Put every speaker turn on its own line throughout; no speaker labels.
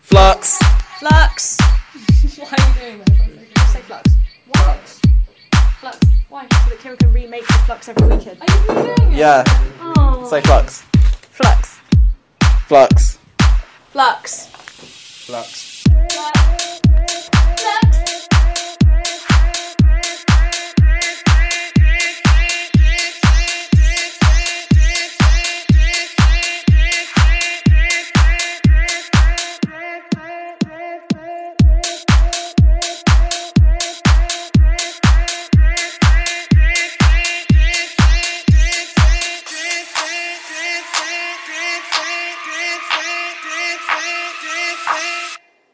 Flux.
Flux.
Why are you doing this? I'm so confused.
Say flux.
Why? Flux. Why?
So that Kim can remake the flux every weekend.
Are you really doing it?
Yeah.
Oh.
Say flux.
Flux.
Flux.
Flux.
Flux.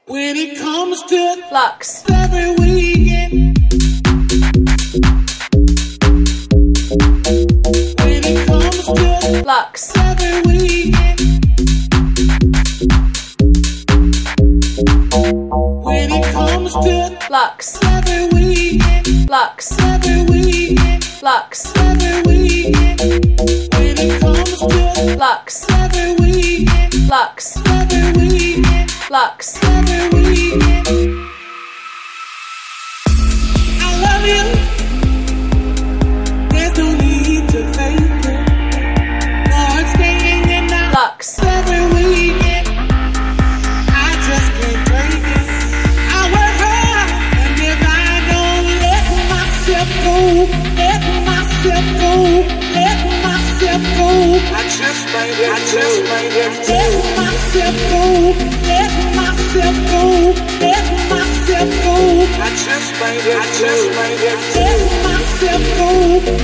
When it comes to
Flux.
every weekend. When it comes to
Flux.
every weekend. When it comes to
Flux.
every weekend,
Flux.
every weekend,
Flux.
every weekend. When it comes to
Flux.
every weekend,
Flux.
every weekend,
Flux.
every weekend. I love you. There's no need to fake it. No, I'm staying in the
Flux.
every weekend. I just can't break it. I work hard, and if I don't let myself go, let myself go, let myself go, I just might I just might let myself go, let myself go, let myself go, I just might I just might let myself go,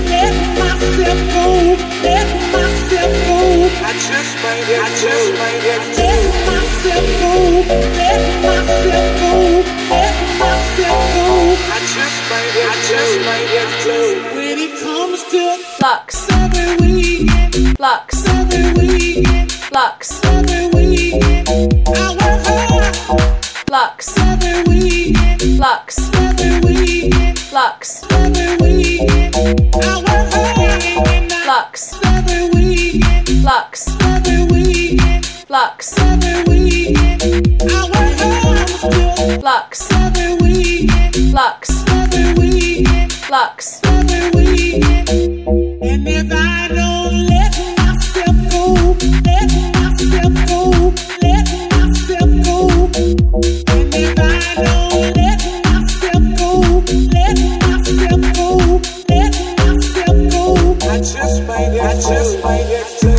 let myself go, let myself go, I just might I just might let myself go, let myself go, let myself go, I just might I just might when it comes to
Flux.
every weekend,
Flux.
every weekend,
Flux.
every weekend, I work hard
Flux.
every weekend,
Flux.
every weekend.
Flux.
Every weekend, I work hard and I
Flux.
every weekend,
Flux.
every weekend,
Flux.
every weekend. I work hard still
Flux.
every weekend,
Flux.
every weekend,
Flux.
every weekend. And if I don't let myself go, let myself go, let myself go. And if I don't let myself go, let myself go, let myself go. I just might, I just might have to.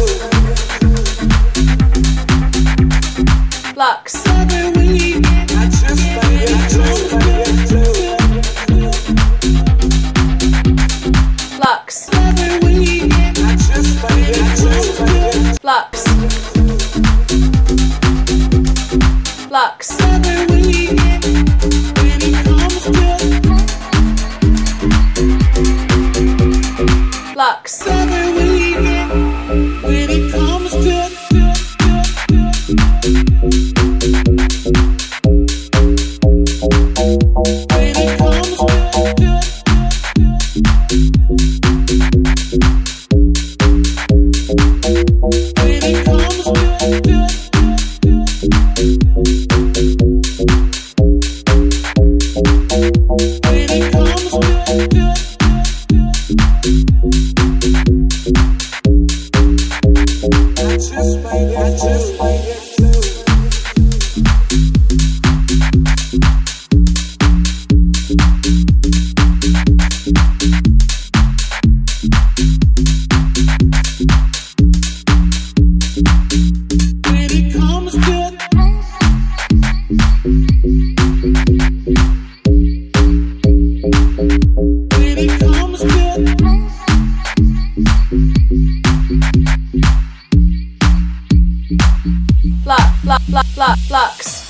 Flux.
Every week, I just might, I just might have to.
Flux.
Every week, I just might, I just might have to.
Flux. Flux. Flux.
I just might, I just might have to. When it comes to When it comes to
Flux. Flux. Flux. Flux.